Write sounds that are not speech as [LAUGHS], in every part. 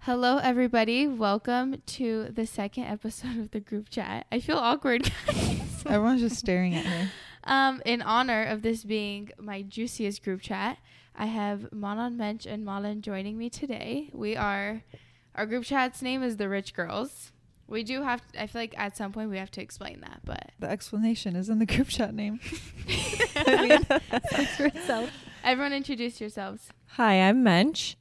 Hello, everybody. Welcome to the second episode of the group chat. I feel awkward, [LAUGHS] guys. [LAUGHS] Everyone's just staring at her. Um, in honor of this being my juiciest group chat, I have Manon Mensch and Malan joining me today. We are our group chat's name is the Rich Girls. We do have. I feel like at some point we have to explain that, but The explanation is in the group chat name. everyone introduce yourselves. Hi, I'm Mensch.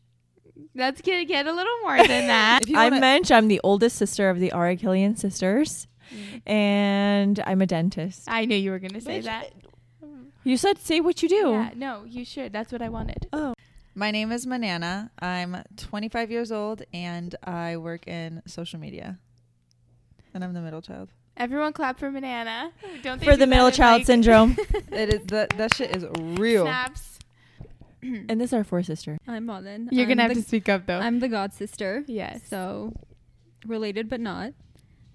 Let's get get a little more than [LAUGHS] that. If you I'm wanna- Mensch. I'm the oldest sister of the Arakilian sisters, Mm. and I'm a dentist. I knew you were gonna say that. You said say what you do. Yeah, no, you should. That's what I wanted. Oh, My name is Manana. I'm 25 years old and I work in social media. And I'm the middle child. Everyone clap for Banana. Don't they for do the that middle in, child like, syndrome. It is that that shit is real. Snaps. [LAUGHS] [CLEARS THROAT] and this is our four sister. I'm Malin. You're I'm gonna have Um, the, to speak up though. [LAUGHS] I'm the god sister. yes. So related but not.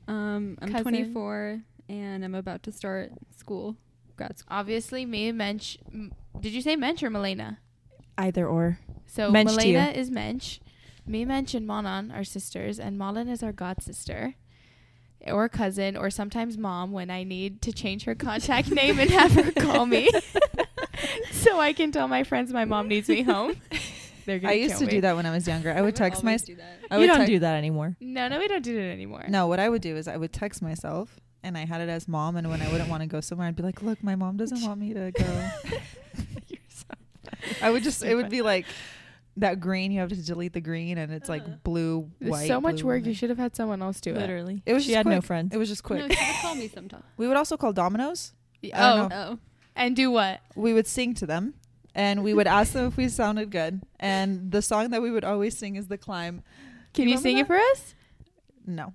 Um, I'm Cousin. 24 and I'm about to start school, grad school. obviously, me and Mensch. M- did you say Mensch or Milena? Either or. So Mensch to Milena is Mensch. Me, Mensch, and Manon are sisters, and Malin is our god sister, or cousin, or sometimes mom when I need to change her [LAUGHS] contact name and have her call me, [LAUGHS] so I can tell my friends my mom needs me home. [LAUGHS] They're gonna I used kill to me. do that when I was younger. I would text my do that. I you would don't tec- do that anymore. No, no, we don't do it anymore. No, what I would do is I would text myself and I had it as mom and when I wouldn't want to go somewhere I'd be like, "Look, my mom doesn't want me to [LAUGHS] go." I would just it would be like that green you have to delete the green and it's like blue There's white. so much blue, work. You white. should have had someone else do it. Literally. It was she just had no quick. friends. It was just quick. No, she would call me sometimes. We would also call dominoes. [LAUGHS] I Oh, don't Oh, and do what? We would sing to them and we would ask them if we sounded good. And the song that we would always sing is The Climb. Can you, remember sing it that? for us? No.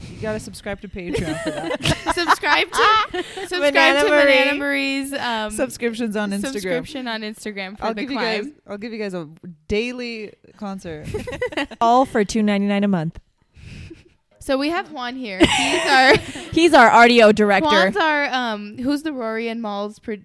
You got to subscribe to Patreon for that. subscribe [LAUGHS] to subscribe Banana to Marie. Banana Marie's [LAUGHS] um, Subscriptions on Instagram. subscription on Instagram for I'll the give you climb. guys I'll give you guys a daily [LAUGHS] concert. All for two ninety nine a month. so we have Juan [LAUGHS] here. He's our He's our audio director. Juan's our um who's the Rory and Malls pro-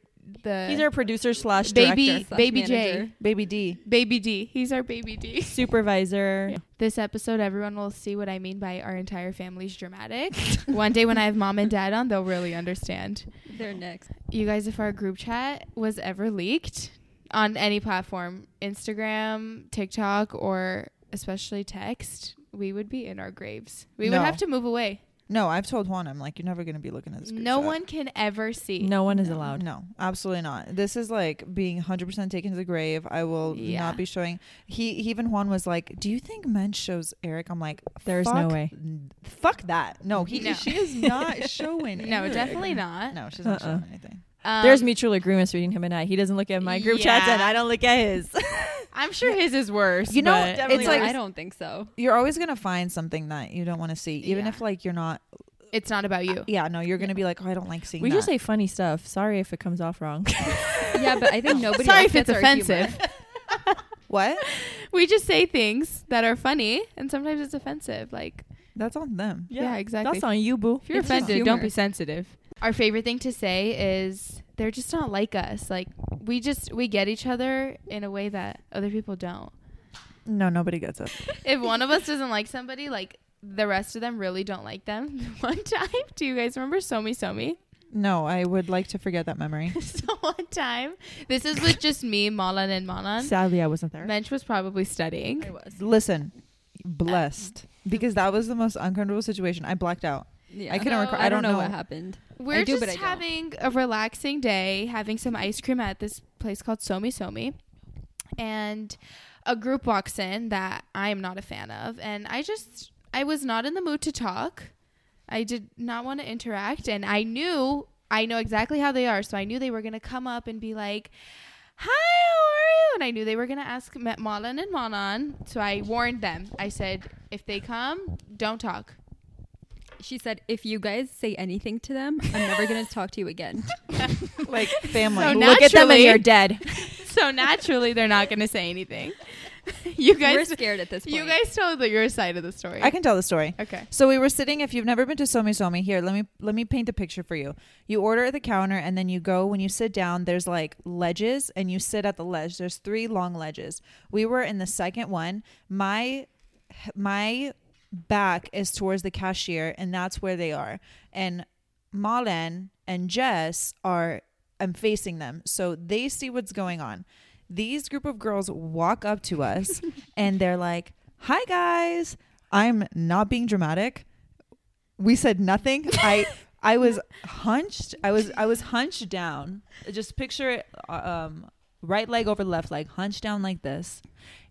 the He's our producer slash baby director. slash baby J manager. Baby D. baby D. He's our baby D. supervisor. This episode, everyone will see what I mean by our entire family's [LAUGHS] dramatic. One day when I have mom and dad on, they'll really understand. oh, they're next. You guys, if our group chat was ever leaked on any platform, Instagram, TikTok, or especially text, we would be in our graves. We No. would have to move away. No, I've told Juan I'm like you're never going to be looking at this. group No chat." one can ever see. No one is No, allowed. No, absolutely not. This is like being 100% taken to the grave. I will Yeah. not be showing. He, he even Juan was like, "Do you think Mensch shows Eric?" I'm like, There's no "Fuck way." n- Fuck that. No, he No. she is not showing. No, Eric. definitely not. No, she's not Uh-uh. showing anything. Um, There's mutual agreements between him and I. He doesn't look at my group chats Yeah. and I don't look at his. [LAUGHS] I'm sure his is worse. You know, but- definitely it's No, like I don't think so. you're always gonna find something that you don't want to see, even Yeah. if like you're not. it's not about you. Yeah, no, you're gonna be like, "Oh, I don't like seeing." We that. just say funny stuff. Sorry if it comes off wrong. [LAUGHS] yeah, but [LAUGHS] I think nobody. Sorry else if it's gets our humor. offensive. [LAUGHS] [LAUGHS] what? We just say things that are funny, and sometimes it's offensive. Like, That's on them. yeah, exactly. That's on you, boo. If you're It's just offended, don't humor. be sensitive. Our favorite thing to say is they're just not like us. Like we just we get each other in a way that other people don't. No, nobody gets it. If one of us doesn't like somebody, like the rest of them really don't like them. [LAUGHS] One time, do you guys remember Somi Somi? [LAUGHS] No, I would like to forget that memory. so one time, this is with just me, Malan, and Malan. Sadly, I wasn't there. Mensch was probably studying. I was. Listen, blessed because that was the most uncomfortable situation. I blacked out. Yeah. I couldn't No, recall. I I don't know what happened. We're do, but just I don't. having a relaxing day, having some ice cream at this place called Somi Somi. And a group walks in that I am not a fan of. And I just, I was not in the mood to talk. I did not want to interact. And I knew, I know exactly how they are. So I knew they were going to come up and be like, Hi, how are you? And I knew they were going to ask Ma- Malan and Manan. So I warned them. I said, if they come, don't talk. She said, "If you guys say anything to them, I'm never gonna talk to [LAUGHS] you again." Like family. So Look at them and Naturally. you're dead. [LAUGHS] So naturally, they're not going to say anything. [LAUGHS] You We're guys, scared at this point. you guys told the, your side of the story. I can tell the story. okay. So we were sitting. If you've never been to Somi Somi, here let me let me paint the picture for you. You order at the counter, and then you go. When you sit down, there's like ledges, and you sit at the ledge. There's three long ledges. We were in the second one. My my back is towards the cashier and that's where they are and Malen and Jess are I'm facing them so they see what's going on these group of girls walk up to us and they're like hi guys I'm not being dramatic we said nothing I I was hunched I was I was hunched down just picture it um right leg over left leg hunched down like this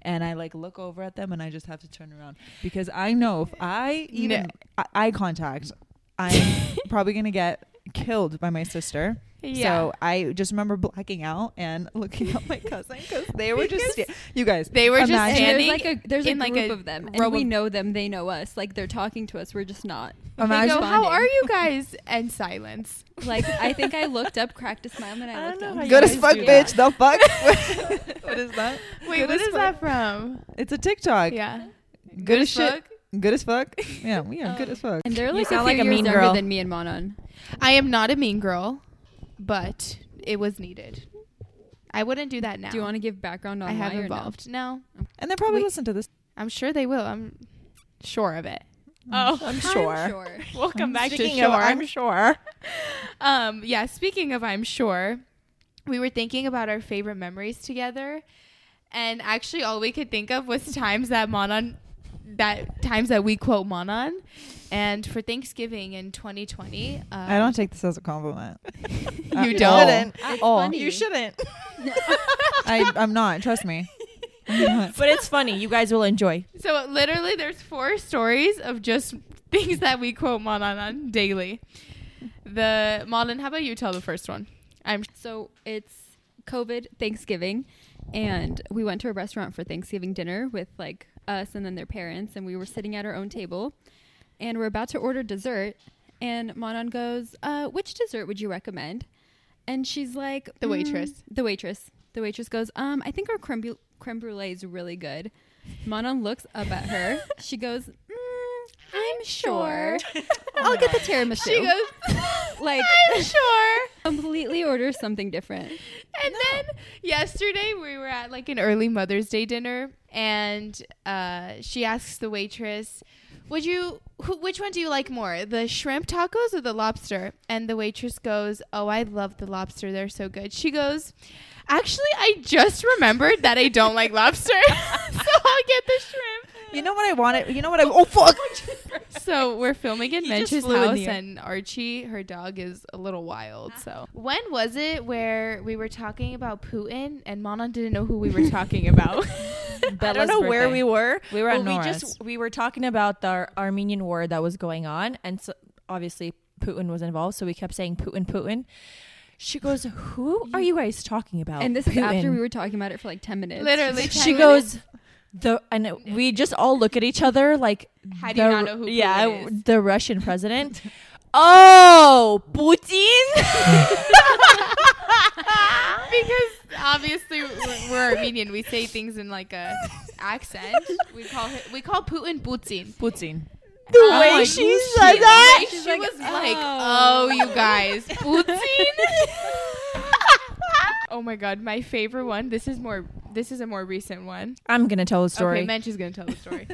and I like look over at them and I just have to turn around because I know if I even I- eye contact, I'm probably gonna get killed by my sister. So I just remember blacking out and [LAUGHS] looking at my cousin because they were just sta- you guys. they were just Imagine- standing there's like a there's a in, like, group a of them, row and we of- know them. They know us. Like they're talking to us. We're just not. They Imagine go, how are [LAUGHS] you guys? And [LAUGHS] silence. Like I think [LAUGHS] I looked up, cracked a smile, and then I, I looked don't know down. how good as you guys fuck, do bitch. The fuck. [LAUGHS] what is that? Wait, Good what as is that from? It's a TikTok. yeah. Good, as shit. fuck. Good as fuck. Yeah, we are good as fuck. And they're You like a few sound like a years mean younger girl. than me and Manon. I am not a mean girl, but it was needed. I wouldn't do that now. Do you want to give background on I have why or no? involved. No. And they probably Wait. listen to this. I'm sure they will. I'm sure of it. Oh, I'm I'm sure. sure. Welcome back Speaking to of, Shore. I'm sure. um, yeah, speaking of I'm sure, we were thinking about our favorite memories together. And actually all we could think of was [LAUGHS] times that Manon that times that we quote Manon. And for Thanksgiving in 2020, um, I don't take this as a compliment. Uh, You at don't. all. It's At Oh. all. funny. You shouldn't. I, I'm not. Trust me. I'm not. But it's funny. You guys will enjoy. So literally, there's four stories of just [LAUGHS] things that we quote Manan on daily. The Manan, how about you tell the first one? I'm So it's COVID Thanksgiving, and we went to a restaurant for Thanksgiving dinner with like us and then their parents, and we were sitting at our own table, and we're about to order dessert, and Manon goes, uh, "Which dessert would you recommend?" And she's like, The "Mm, waitress." The waitress. The waitress goes, "Um, I think our creme, bru- creme brulee is really good." Manon looks up at her. She goes, mm, [LAUGHS] "I'm sure. I'll get the Oh tiramisu." she goes [LAUGHS] like I'm sure. completely orders something different. And then yesterday we were at like an early Mother's Day dinner, and uh, she asks the waitress, "Would you? Who, which one do you like more, the shrimp tacos or the lobster?" And the waitress goes, "Oh, I love the lobster. They're so good." She goes. Actually, I just remembered that I don't like lobster, [LAUGHS] so I'll get the shrimp. You know what I wanted? You know what I? Oh fuck! So we're filming in He just Mench's flew in house, the air. and Archie, her dog, is a little wild. So when was it where we were talking about Putin and Manon didn't know who we were talking [LAUGHS] about? [LAUGHS] I don't know where we were. We were at Well, we Nora's. [LAUGHS] just we were talking about the Ar- Armenian war that was going on, and so obviously Putin was involved. So we kept saying Putin, Putin. She goes, "Who are you guys talking about?" And this is after Putin." we were talking about it for like 10 minutes. Literally, She goes, "The," and it- we just all look at each other like, How do you the- not know who Yeah, Putin is? the Russian president. [LAUGHS] oh, Putin. [LAUGHS] "Ah!" because obviously we're, we're Armenian. We say things in like [LAUGHS] a accent. We call her, we call Putin Putin. Putin. the I'm way Oh, like, she Putin. said that. Like, she was like, "Oh, you [LAUGHS] guys, Putin." oh my god, my favorite one. This is more. This is a more recent one. I'm gonna tell a story. Okay, Mench is gonna tell the story.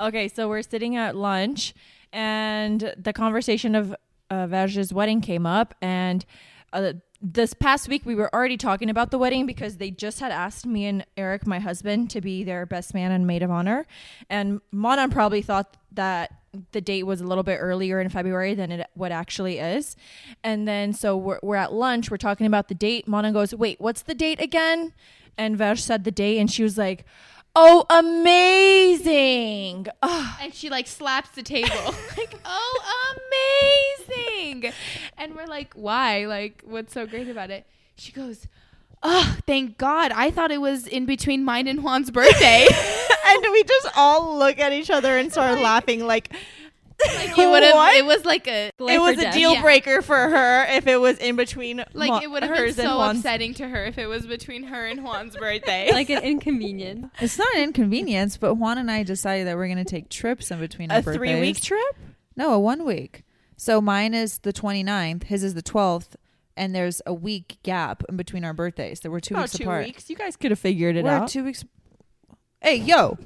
Okay, so we're sitting at lunch, and the conversation of uh, Verge's wedding came up, and uh, this past week we were already talking about the wedding because they just had asked me and Eric, my husband, to be their best man and maid of honor, and Manon probably thought that the date was a little bit earlier in February than it what actually is, and then so we're, we're at lunch, we're talking about the date. Manon goes, "Wait, what's the date again?" And Verge said the date, and she was like. Oh, amazing. Oh. [LAUGHS] and she like slaps the [LAUGHS] table like oh amazing and we're like why like what's so great about it she goes oh thank god i thought it was in between mine and juan's [LAUGHS] birthday and we just all look at each other and start laughing like, like you [LAUGHS] would have it was like a Life it or was a death. deal Yeah. breaker for her if it was in between like Mo- it would have been hers and so Juan's. upsetting to her if it was between her and juan's birthday Like [LAUGHS] an inconvenience. It's not an inconvenience, but Juan and I decided that we're gonna take trips in between our A birthdays. three week trip? No, a one week. So mine is the 29th. His is the 12th, and there's a week gap in between our birthdays. There were two About weeks two apart. weeks. You guys could have figured it We're [LAUGHS] out. two weeks. Hey, yo.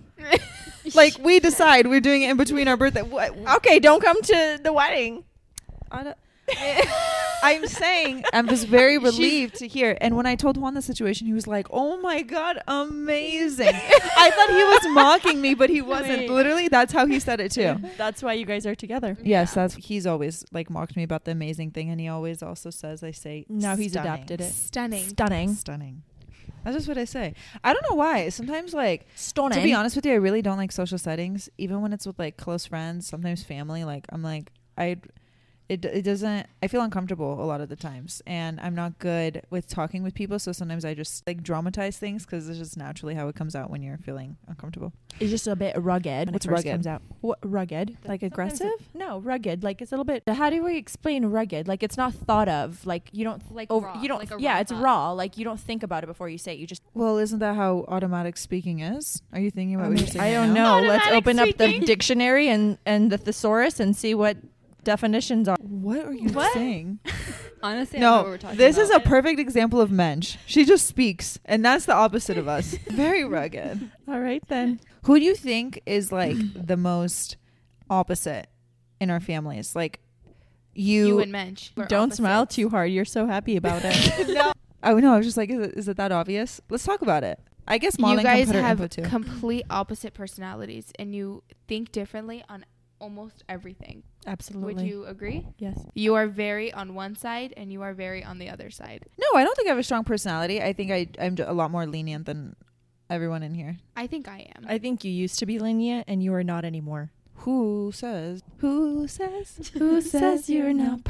like we decide we're doing it in between our birthday. What? Okay, don't come to the wedding. I don't- [LAUGHS] I'm saying I was [LAUGHS] very relieved to hear. And when I told Juan the situation, he was like, "Oh my god, [LAUGHS] amazing!" I thought he was mocking me, but he wasn't. Wait. Literally, that's how he said it too. That's why you guys are together. Yes, that's he's always like mocked me about the amazing thing, and he always also says I say Now he's stunning. adapted it. Stunning. Stunning. Stunning. That's just what I say. I don't know why. Sometimes like Stunning. to be honest with you, I really don't like social settings, even when it's with like close friends, sometimes family. Like I'm like I, it it doesn't. I feel uncomfortable a lot of the times, and I'm not good with talking with people. So sometimes I just like dramatize things because it's just naturally how it comes out when you're feeling uncomfortable. it's just a bit rugged. What's What's rugged? rugged? Comes out. What rugged? Like Sometimes aggressive? no, rugged. Like it's a little bit. How do we explain rugged? Like it's not thought of. Like you don't Like over. raw, you don't. like a yeah, raw it's thought. raw. Like you don't think about it before you say it. You just. Well, isn't that how automatic speaking is? Are you Oh, thinking about what you're saying? I don't now? know. Let's Automatic open up the speaking. dictionary and and the thesaurus and see what definitions are. What are you What? saying? Honestly, I don't know what no, we're talking this about. is a perfect example of Mensch. She just speaks, and that's the opposite of [LAUGHS] us. Very rugged. All right then. Who do you think [CLEARS THROAT] is like the most opposite in our families? Like you, You, and Mensch. were don't smile opposites. too hard. You're so happy about [LAUGHS] [LAUGHS] it. no. Oh no, I was just like, is it, is it that obvious? Let's talk about it. I guess Marlon you guys can put her have input too. complete opposite personalities and you think differently on almost everything. Absolutely. Would you agree? Yes. You are very on one side and you are very on the other side. no, I don't think I have a strong personality. I think I I'm j- a lot more lenient than everyone in here. I think I am. I think you used to be lenient and you are not anymore. Who says? Who says? [LAUGHS] Who perfect?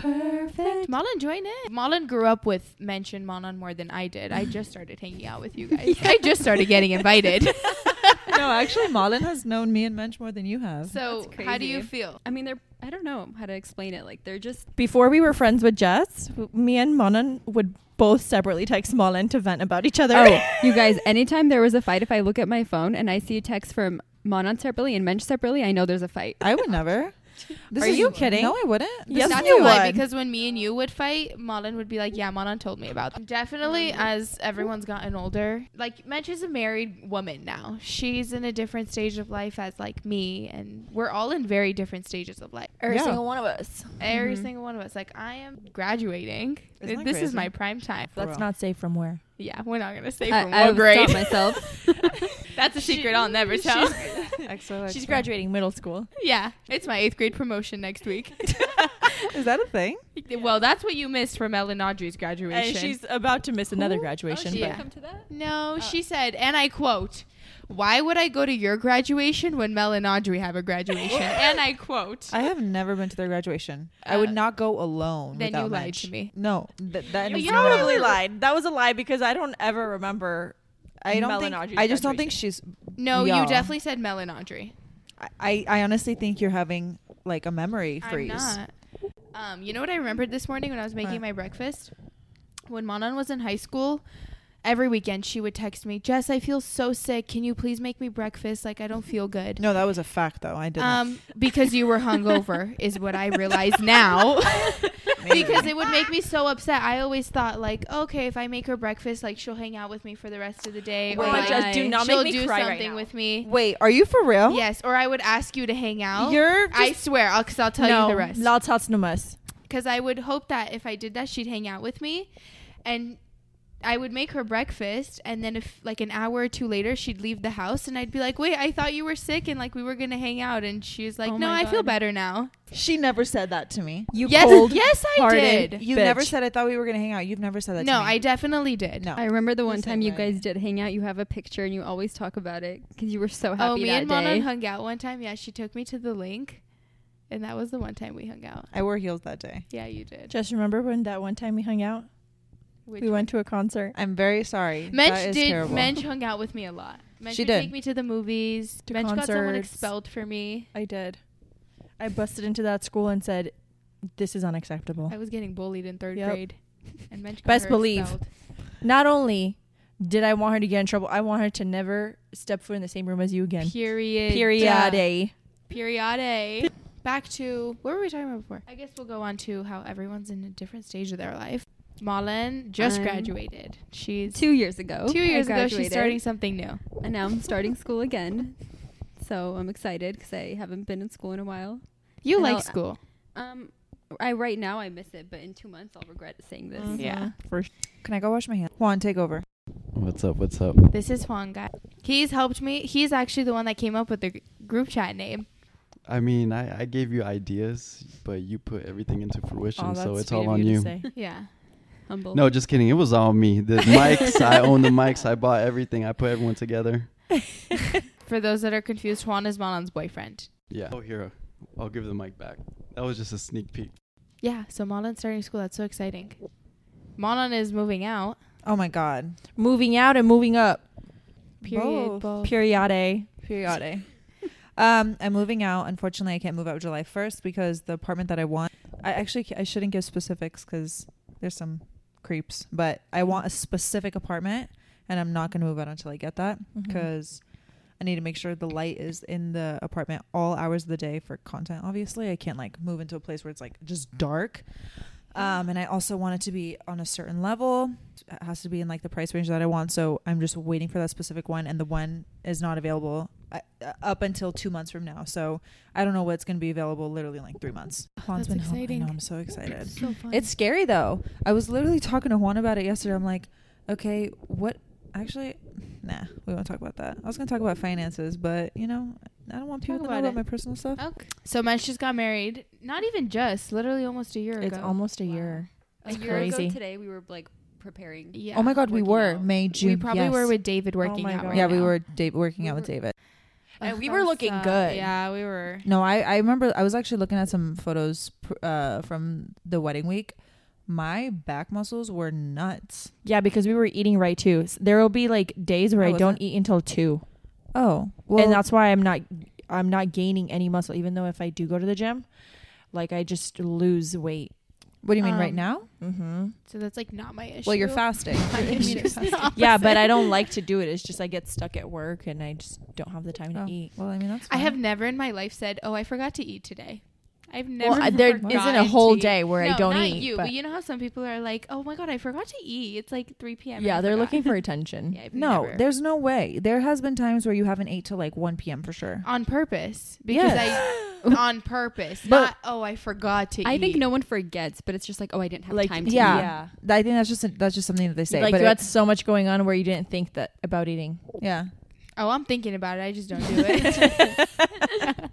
Marlon, join in. Marlon grew up with Mensch and Marlon more than I did. I just started hanging out with you guys. I just started getting invited. no, actually, Marlon has known me and Mensch more than you have. so, That's how do you crazy. feel? I mean, they're. I don't know how to explain it. Like they're just. Before we were friends with Jess, w- me and Monan would both separately text Monan to vent about each other. Oh, you guys! Anytime there was a fight, if I look at my phone and I see a text from Monon separately and Mensch separately, I know there's a fight. I [LAUGHS] would never. This Are is- you kidding? No, I wouldn't. Yes, That's you a lie would. because when me and you would fight, Marlon would be like, "Yeah, Marlon told me about." Them. Definitely, as everyone's gotten older, like Mensch is a married woman now. She's in a different stage of life as like me, and we're all in very different stages of life. Every Yeah. single one of us. Oh, Every single one of us. Like I am graduating. Isn't that this is crazy? my prime time. For [LAUGHS] Let's real. not say [LAUGHS] from where. Yeah, we're not gonna say I, from I what grade. stopped myself. [LAUGHS] That's a secret I'll never [LAUGHS] tell. XOXO. She's graduating middle school. yeah, it's my eighth grade promotion next week. Is that a thing? Well, that's what you missed from Ellen Audrey's graduation. Oh, Uh. And she's about to miss another graduation. she- but- Yeah. Come to that. No, she said, and I quote, Why would I go to your graduation when Mel and Audrey have a graduation? [LAUGHS] and I quote, I have never been to their graduation. I would Uh, not go alone. then without you lied Mitch. to me. No, th- that You is You not- probably lied. That was a lie because I don't ever remember. I don't Mel think. and I just Audrey's don't think she's. No, Yeah. you definitely said Mel and Audrey. I- I, I honestly think you're having like a memory freeze. I'm not. Um, you know what I remembered this morning when I was making What? my breakfast? When Manon was in high school, every weekend she would text me, Jess, I feel so sick. Can you please make me breakfast? Like, I don't feel good. No, that was a fact though. I didn't. Um, because you were hungover is what I [LAUGHS] realize [LAUGHS] now. Maybe. because it would make me so upset. I always thought like, okay, if I make her breakfast, like she'll hang out with me for the rest of the day, Oh or my like, gosh, do not she'll make me do cry right something now. with me. Wait, are you for real? Yes, or I would ask you to hang out. You're. I just- swear, I'll, cause I'll tell you the rest. Lots hot numas. Because I would hope that if I did that, she'd hang out with me, and I would make her breakfast, and then if like an hour or two later, she'd leave the house, and I'd be like, wait, I thought you were sick, and like we were gonna hang out, and she's like, Oh no, my I feel God. better now. she never said that to me. You yes, cold. yes, I hearted did. You Bitch. never said I thought we were gonna hang out. You've never said that. No, to me. I definitely did. No. I remember the one same time you way. guys did hang out. You have a picture and you always talk about it because you were so happy oh, me that and day. Monon hung out one time. Yeah, she took me to the link, and that was the one time we hung out. I wore heels that day. Yeah, you did. Just remember when that one time we hung out? Which we went to a concert. I'm very sorry. that Mensch is did. terrible. Mensch hung out with me a lot. Mensch She would did. take me to the movies. To Mensch got someone concerts. expelled for me. I did. I busted into that school and said, "This is unacceptable." I was getting bullied in third Yep. grade. And Mensch got Best her believe. expelled. Not only did I want her to get in trouble, I want her to never step foot in the same room as you again. Period. Period. Period. Back to what were we talking about before? I guess we'll go on to how everyone's in a different stage of their life. Marlon just I'm- graduated. She's Two years ago. two I years ago. She's graduated, starting something new. And now I'm starting school again. so I'm excited because I haven't been in school in a while. You And like I'll- school. Um, I right now I miss it, but in two months I'll regret saying this. Mhm. Yeah. First. Can I go wash my hands? Juan, take over. What's up? What's up? This is Juan guy. He's helped me. He's actually the one that came up with the gr- group chat name. I mean, I, I gave you ideas, but you put everything into fruition, Oh, that's so it's sweet all of on you. you. to [LAUGHS] say. Yeah. Humble. No, just kidding. It was all [LAUGHS] me. The mics, I own the mics. I bought everything. I put everyone together. For those that are confused, Juan is Malan's boyfriend. Yeah. Oh, here. I'll give the mic back. That was just a sneak peek. Yeah. So Malan's starting school. That's so exciting. Malan is moving out. Oh my God. Moving out and moving up. Period. Both. Both. Periode. Periode. um, I'm moving out. Unfortunately, I can't move out July 1st because the apartment that I want, I actually ca- I shouldn't give specifics because there's some creeps, but I want a specific apartment, and I'm not gonna move out until I get that Mm-hmm. Mm-hmm. because I need to make sure the light is in the apartment all hours of the day for content. Obviously, I can't like move into a place where it's like just dark. Um, and I also want it to be on a certain level. It has to be in like the price range that I want. So I'm just waiting for that specific one, and the one is not available uh, uh, up until two months from now. So I don't know what's going to be available. Literally in, like three months. Juan's that's been home. I exciting. know, I'm so excited. So fun. It's scary though. I was literally talking to Juan about it yesterday. I'm like, okay, what? Actually, nah, we won't talk about that. I was gonna talk about finances, but you know, I don't want Talk people to about know about it. Oh, my personal stuff. okay. So Mensch just got married. Not even just. Literally almost a year It's ago. almost a Wow. year. a That's year crazy. ago today we were like preparing. Yeah. oh my god, we working were out. May, June. we probably yes. were with David working my out. God. right Yeah, Oh we now. were da- working We out with were- David. Ugh, And we that were was looking sad. good. Yeah, we were. No, I I remember I was actually looking at some photos pr- uh, from the wedding week. My back muscles were nuts. Yeah, because we were eating right too. S- There will be like days where I I, don't wasn't. eat until two, Oh, well, and that's why I'm not I'm not gaining any muscle. Even though if I do go to the gym, like I just lose weight. what do you mean right um, now? Mm-hmm. So that's like not my issue. Well, [LAUGHS] you're fasting. [LAUGHS] My issue is the opposite. [LAUGHS] Yeah, but I don't [LAUGHS] like to do it. It's just I get stuck at work and I just don't have the time to Oh, eat. Well, I mean that's. I fine. have never in my life said, "Oh, I forgot to eat today." I've never. Well, I- there forgotten isn't a whole to eat. day where No, I don't not eat. You, but, but- you know how some people are like, "Oh my god, I forgot to eat." It's like 3 p.m. and yeah, I they're forgot." looking for attention. Yeah, I've No, never. there's no way. There has been times where you haven't ate till like 1 p.m. for sure. on purpose because I on purpose. But- not oh, I forgot to. I eat. think no one forgets, but it's just like, oh, I didn't have Like, time to Yeah. eat. Yeah. Th- I think that's just that's just something that they say. like but you it- had so much going on where you didn't think that about [SIGHS] eating. yeah. Oh, I'm thinking about it. I just don't do it. [LAUGHS] [LAUGHS]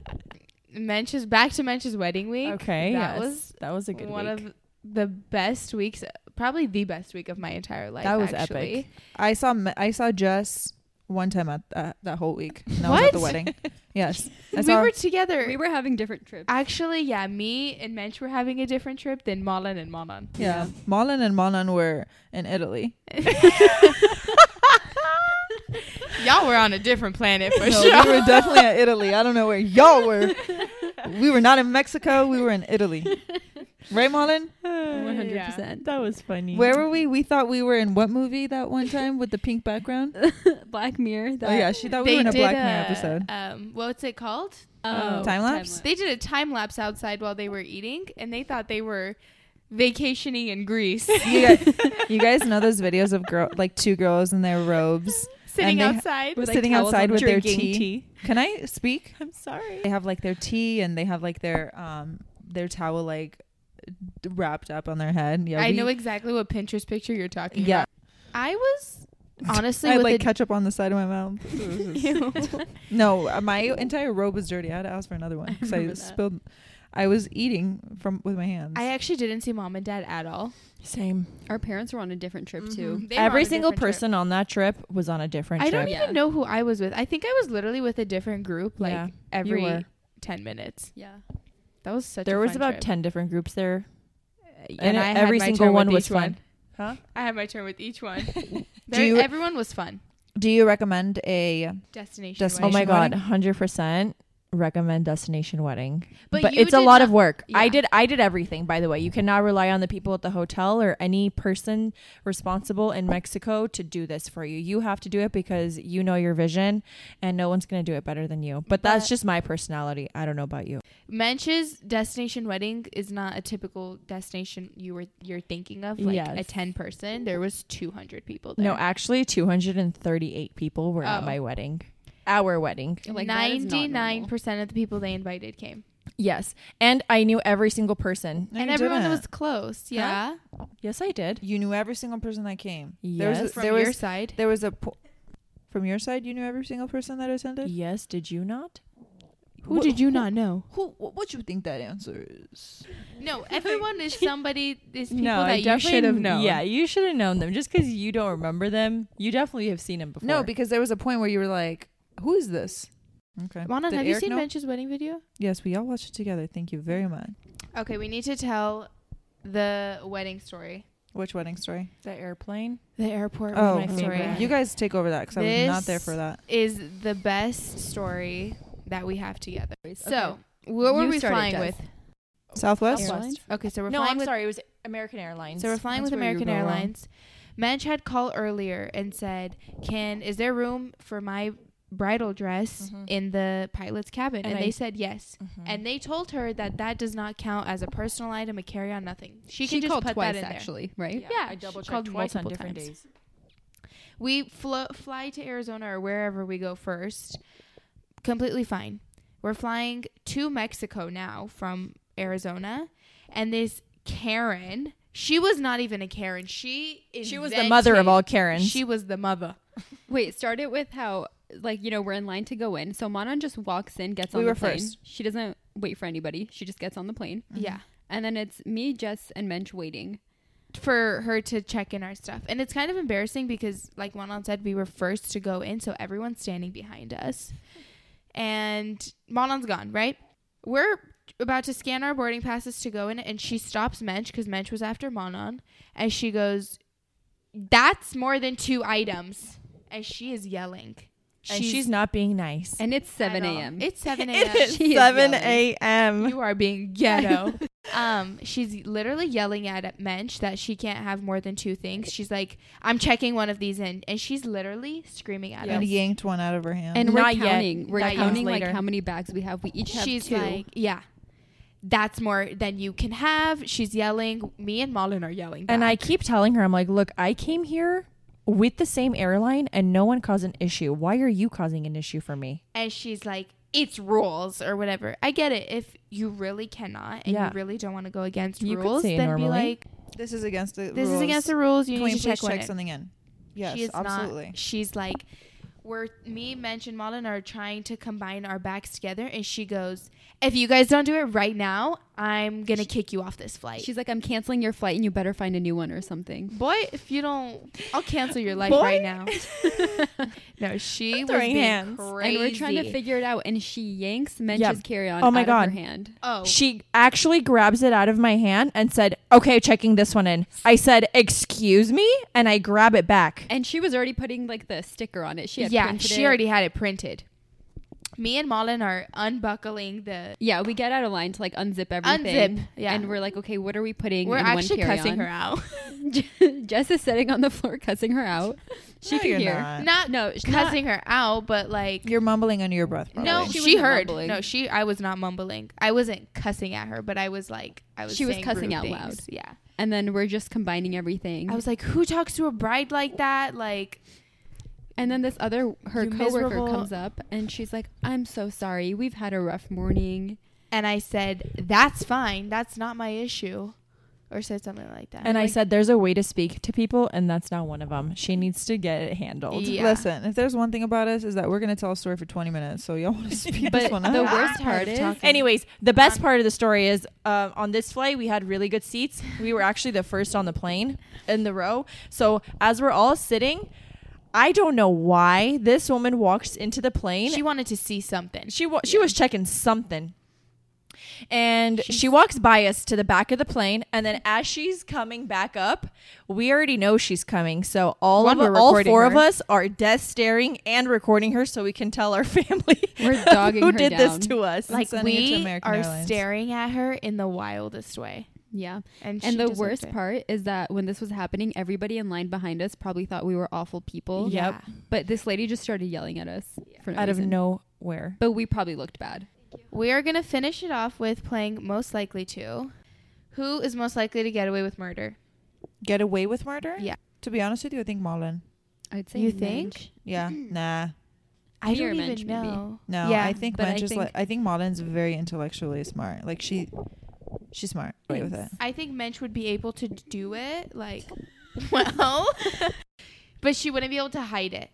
Mench's back to Mench's wedding week. Okay, that yes. was that was a good one week. of the best weeks, probably the best week of my entire life. That was actually. epic. I saw M- I saw Jess one time at uh, that whole week. And I was at the What? [LAUGHS] wedding. yes. I we saw- were together. We were having different trips. Actually, yeah, me and Mensch were having a different trip than Malan and Malan. yeah. Malin and Malan were in Italy. [LAUGHS] Y'all were on a different planet for [LAUGHS] No, sure. we were definitely at Italy. I don't know where y'all [LAUGHS] were. we were not in Mexico. We were in Italy. Right, Malin? One hundred percent. That was funny. Where were we? We thought we were in what movie that one time with the pink background? [LAUGHS] Black Mirror. That, oh yeah, she thought we were in a Black Mirror episode. Um, what's it called? Oh, Time lapse? They did a time lapse outside while they were eating, and they thought they were vacationing in [LAUGHS] Greece, [LAUGHS] you, guys, you guys know those videos of girl like two girls in their robes sitting And they- outside. With, like, sitting towels outside on with their drinking drinking tea. can i speak I'm sorry. they have like their tea and they have like their um their towel like d- wrapped up on their head yeah I we- know exactly what Pinterest picture you're talking yeah about. I [LAUGHS] was honestly i had with like a- ketchup on the side of my mouth [LAUGHS] no uh, my entire robe was dirty i had to ask for another one because i, remember that. spilled i was eating from with my hands I actually didn't see mom and dad at all. Same. Our parents were on a different trip too. They were on Every a single different trip. person on that trip was on a different I trip. don't Yeah. even know who I was with. I think I was literally with a different group like Yeah, were. every 10 minutes. Yeah. That was such a there was fun about trip. 10 different groups there. and and I every had my single turn one with was each fun. huh I had my turn with each one. do There- you everyone was fun. do you recommend a Destination. Destination Oh my wedding. god, wedding? 100% recommend destination wedding. But But, you it's a did lot not- of work. I Yeah. did I did everything by the way. You cannot rely on the people at the hotel or any person responsible in Mexico to do this for you. You have to do it because you know your vision and no one's going to do it better than you. But, that's But- just my personality. I don't know about you. Mensch's destination wedding is not a typical destination you were you're thinking of like Yes. a 10 person. There was 200 people there. No, actually 238 people were at Oh. my wedding. our wedding. Like, that is not Ninety-nine percent of the people they invited came, Yes. And I knew every single person. No, and you everyone didn't. was close. Yeah, Yes, I did. You knew every single person that came. There Yes. was a, from there your was, side. there was a po- from your side. You knew every single person that attended. Yes, did you not? Who did you not know? Who? What, what you think that answer is? No, everyone is somebody. Is people no, I that you definitely- should have known. Yeah, you should have known them. Just because you don't remember them, you definitely have seen them before. No, because there was a point where you were like, "Who is this?" Okay. Juana, Did have you Eric seen know? Bench's wedding video? Yes, we all watched it together. Thank you very much. Okay, we need to tell the wedding story. Which wedding story? the airplane. The airport Oh, wedding my story favorite. you guys take over that because I was not there This- for that. is the best story that we have together. normal. So, what were You we started, flying Jess. with? Southwest. Airline. Airlines? Okay, so we're no, flying I'm with sorry. It was American Airlines. So we're flying That's with where you American go wrong. Airlines. Mensch had called earlier and said, "Can is there room for my bridal dress Mhm. in the pilot's cabin?" And, And I- they said yes. Mm-hmm. And they told her that that does not count as a personal item, a carry-on, nothing. She, can just called put twice that in there. actually, right? Yeah, I I she double double-checked checked called twice on multiple different times. days. We flo- fly to Arizona or wherever we go first. Completely fine. We're flying to Mexico now from Arizona, and this Karen. She was not even a Karen. She She was the mother of invented- all Karens. She was the mother. Wait, start it with how like you know we're in line to go in. So Manon just walks in, gets We on were the plane. first. She doesn't wait for anybody. She just gets on the plane, Mm-hmm. Yeah. and then it's me, Jess, and Mensch waiting. For her to check in our stuff. And it's kind of embarrassing because, like Manon said, we were first to go in, so everyone's standing behind us. And Manon's gone, right? We're about to scan our boarding passes to go in, and she stops Mensch because Mensch was after Manon. And she goes, That's more than two items. And she is yelling. and she's not being [LAUGHS] nice. And it's seven at all. a.m. It's 7 a.m. [LAUGHS] It is She is yelling. a.m. [LAUGHS] You are being ghetto. um, she's literally yelling at Mensch that she can't have more than two things. She's like, "I'm checking one of these in," and she's literally screaming at And us. yanked one out of her hand. and we're Not yet. counting. We're That comes counting like later. how many bags we have. We each have She's two. like, "Yeah, that's more than you can have." She's yelling. Me and Malin are yelling. And I back. keep telling her, I'm like, look, I came here with the same airline and no one caused an issue. Why are you causing an issue for me? and she's like, "It's rules or whatever." I get it. If you really cannot and Yeah. you really don't want to go against You could rules, say then normally. be like, this is against the. "This is rules. against the rules. You Can need we to check, please one check in." something in? Yes, she is absolutely. Not, she's like, we're me, Mensch, and Malin are trying to combine our backs together, and she goes, "If you guys don't do it right now, I'm gonna kick you off this flight." she's like, I'm canceling your flight, and you better find a new one or something. Boy, if you don't, I'll cancel your life right [LAUGHS] Boy. now. no, she was throwing being hands. crazy. And we're trying to figure it out, and she yanks Mensch's Yeah. carry on. Oh my out of her God. hand. Oh, She actually grabs it out of my hand and said, okay, checking this one in. I said, excuse me? And I grab it back. And she was already putting like the sticker on it. She had yeah, printed she it. already had it printed. Me and Malin are unbuckling the. Yeah, we get out of line to like unzip everything. Unzip, yeah. and we're like, okay, what are we putting? We're in actually one cussing [LAUGHS] her out. [LAUGHS] out. Jess is sitting on the floor cussing her out. She No, can you're hear. not. Not No, she's not- cussing her out, but like You're mumbling under your breath. Probably. No, She she, wasn't heard. mumbling. No, she. I was not mumbling. I wasn't cussing at her, but I was like, I was. She was saying cussing rude out things. loud. Yeah, And then we're just combining everything. I was like, who talks to a bride like that? Like, and then this other her You coworker miserable- comes up and she's like, "I'm so sorry. We've had a rough morning." and I said, that's fine. That's not my issue, or said something like that. And I like- said, there's a way to speak to people, and that's not one of them. She needs to get it handled. Yeah. Listen, if there's one thing about us is that we're gonna tell a story for 20 minutes, so y'all want to speed But this one the up. worst I'm part tired of is talking. Anyways, the best part of the story is um, on this flight, we had really good seats. We were actually the first on the plane in the row. So as we're all sitting, I don't know why this woman walks into the plane. she wanted to see something. She wa- she was checking something. And she walks by us to the back of the plane, and then as she's coming back up, we already know she's coming. So all One, of we're all recording four of her. us are death staring and recording her, so we can tell our [LAUGHS] family We're dogging who her did down. this to us. like sending it to we are American Airlines. staring at her in the wildest way, Yeah. and she And the deserved worst it. part is that when this was happening, everybody in line behind us probably thought we were awful people. Yeah. Yep. But this lady just started yelling at us for no out of reason. nowhere. But we probably looked bad. we are gonna finish it off with playing most likely to. Who is most likely to get away with murder? Get away with murder? Yeah. To be honest with you, I think Marlon. I'd [CLEARS THROAT] say You think? Yeah. nah. I don't Mirror even Mensch, maybe. know. No, Yeah, I think but I Munch is. think- like, I think Mauden's very intellectually smart. Like she, she's smart right with it. Thanks. I think Mensch would be able to do it, [LAUGHS] like, well, but she wouldn't be able to hide it.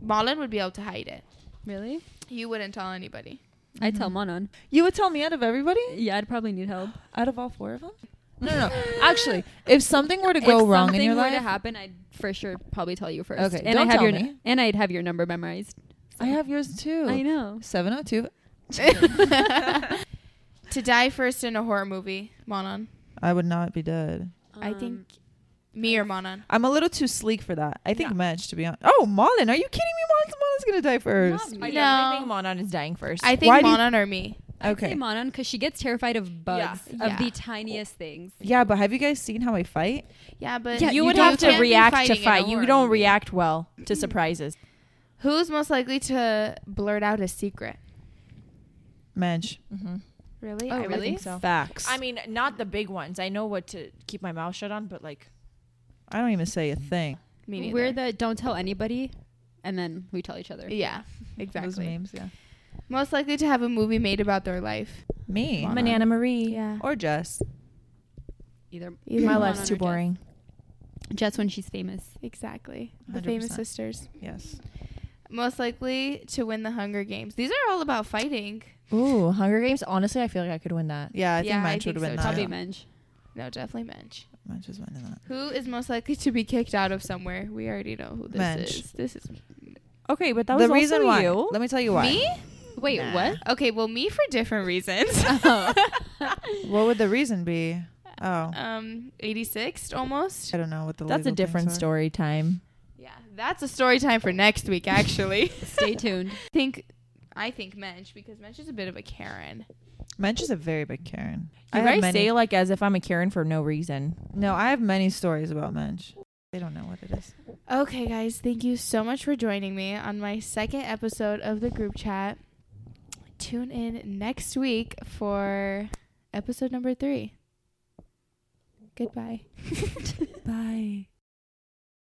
Malin would be able to hide it. Really? You wouldn't tell anybody. I tell Mm-hmm. Manon. Mm-hmm. You would tell me out of everybody, Yeah, I'd probably need help. out of all four of them. No, [LAUGHS] no, no. Actually, if something were to go if wrong in your something were life, to happen, I'd for sure probably tell you first. Okay, and don't I have tell your me. and I'd have your number memorized. I have yours too. I know. Seven oh two. [LAUGHS] To die first in a horror movie, Manon. I would not be dead. I Um, think me or Manon. I'm a little too sleek for that. I think Yeah. Mensch, to be honest. Oh, Malin, are you kidding me? Malin, Malin's gonna die first. I No. definitely think Monon is dying first. I think Why do you- Manon or me. okay. Okay. Manon because she gets terrified of bugs Yeah. of Yeah. the tiniest things. Yeah, but have you guys seen how I fight? Yeah, but you, would do have can't to be react fighting to in a fight. You horror don't movie. react well to surprises. Who's most likely to blurt out a secret? Mensch. Mm-hmm. Really? Oh, I would really? think so. Facts. I mean, not the big ones. I know what to keep my mouth shut on, but like, I don't even say a thing. Me neither. We're the don't tell anybody, and then we tell each other. yeah, Those exactly. memes, yeah. Most likely to have a movie made about their life. Me Monon. Banana Marie. Yeah. or Jess. Either Either My Monon life's too boring. Just when she's famous. Exactly. The famous 100%. sisters. Yes. Most likely to win the Hunger Games. These are all about fighting. Ooh, Hunger Games. Honestly, I feel like I could win that. Yeah, I Yeah, I think Mensch think would so, have been too. that. Probably Yeah. Mensch. No, definitely Mensch. Mensch was winning that. Who is most likely to be kicked out of somewhere? We already know who this Mensch. is. This is Okay, but that the was reason also why. you. Let me tell you why. me. Wait, Nah. Oh. what? Okay, well, me for different [LAUGHS] reasons. What would the reason be? Oh, um, 86th almost. I don't know what the. That's a legal things different are. story time. Yeah, that's a story time for next week. Actually, Stay tuned. [LAUGHS] think I think Mensch because Mensch is a bit of a Karen. Mensch is a very big Karen. I You have guys many- say like as if I'm a Karen for no reason. No, I have many stories about Mensch. They don't know what it is. Okay, guys, thank you so much for joining me on my second episode of the group chat. Tune in next week for episode number three. Goodbye. Bye.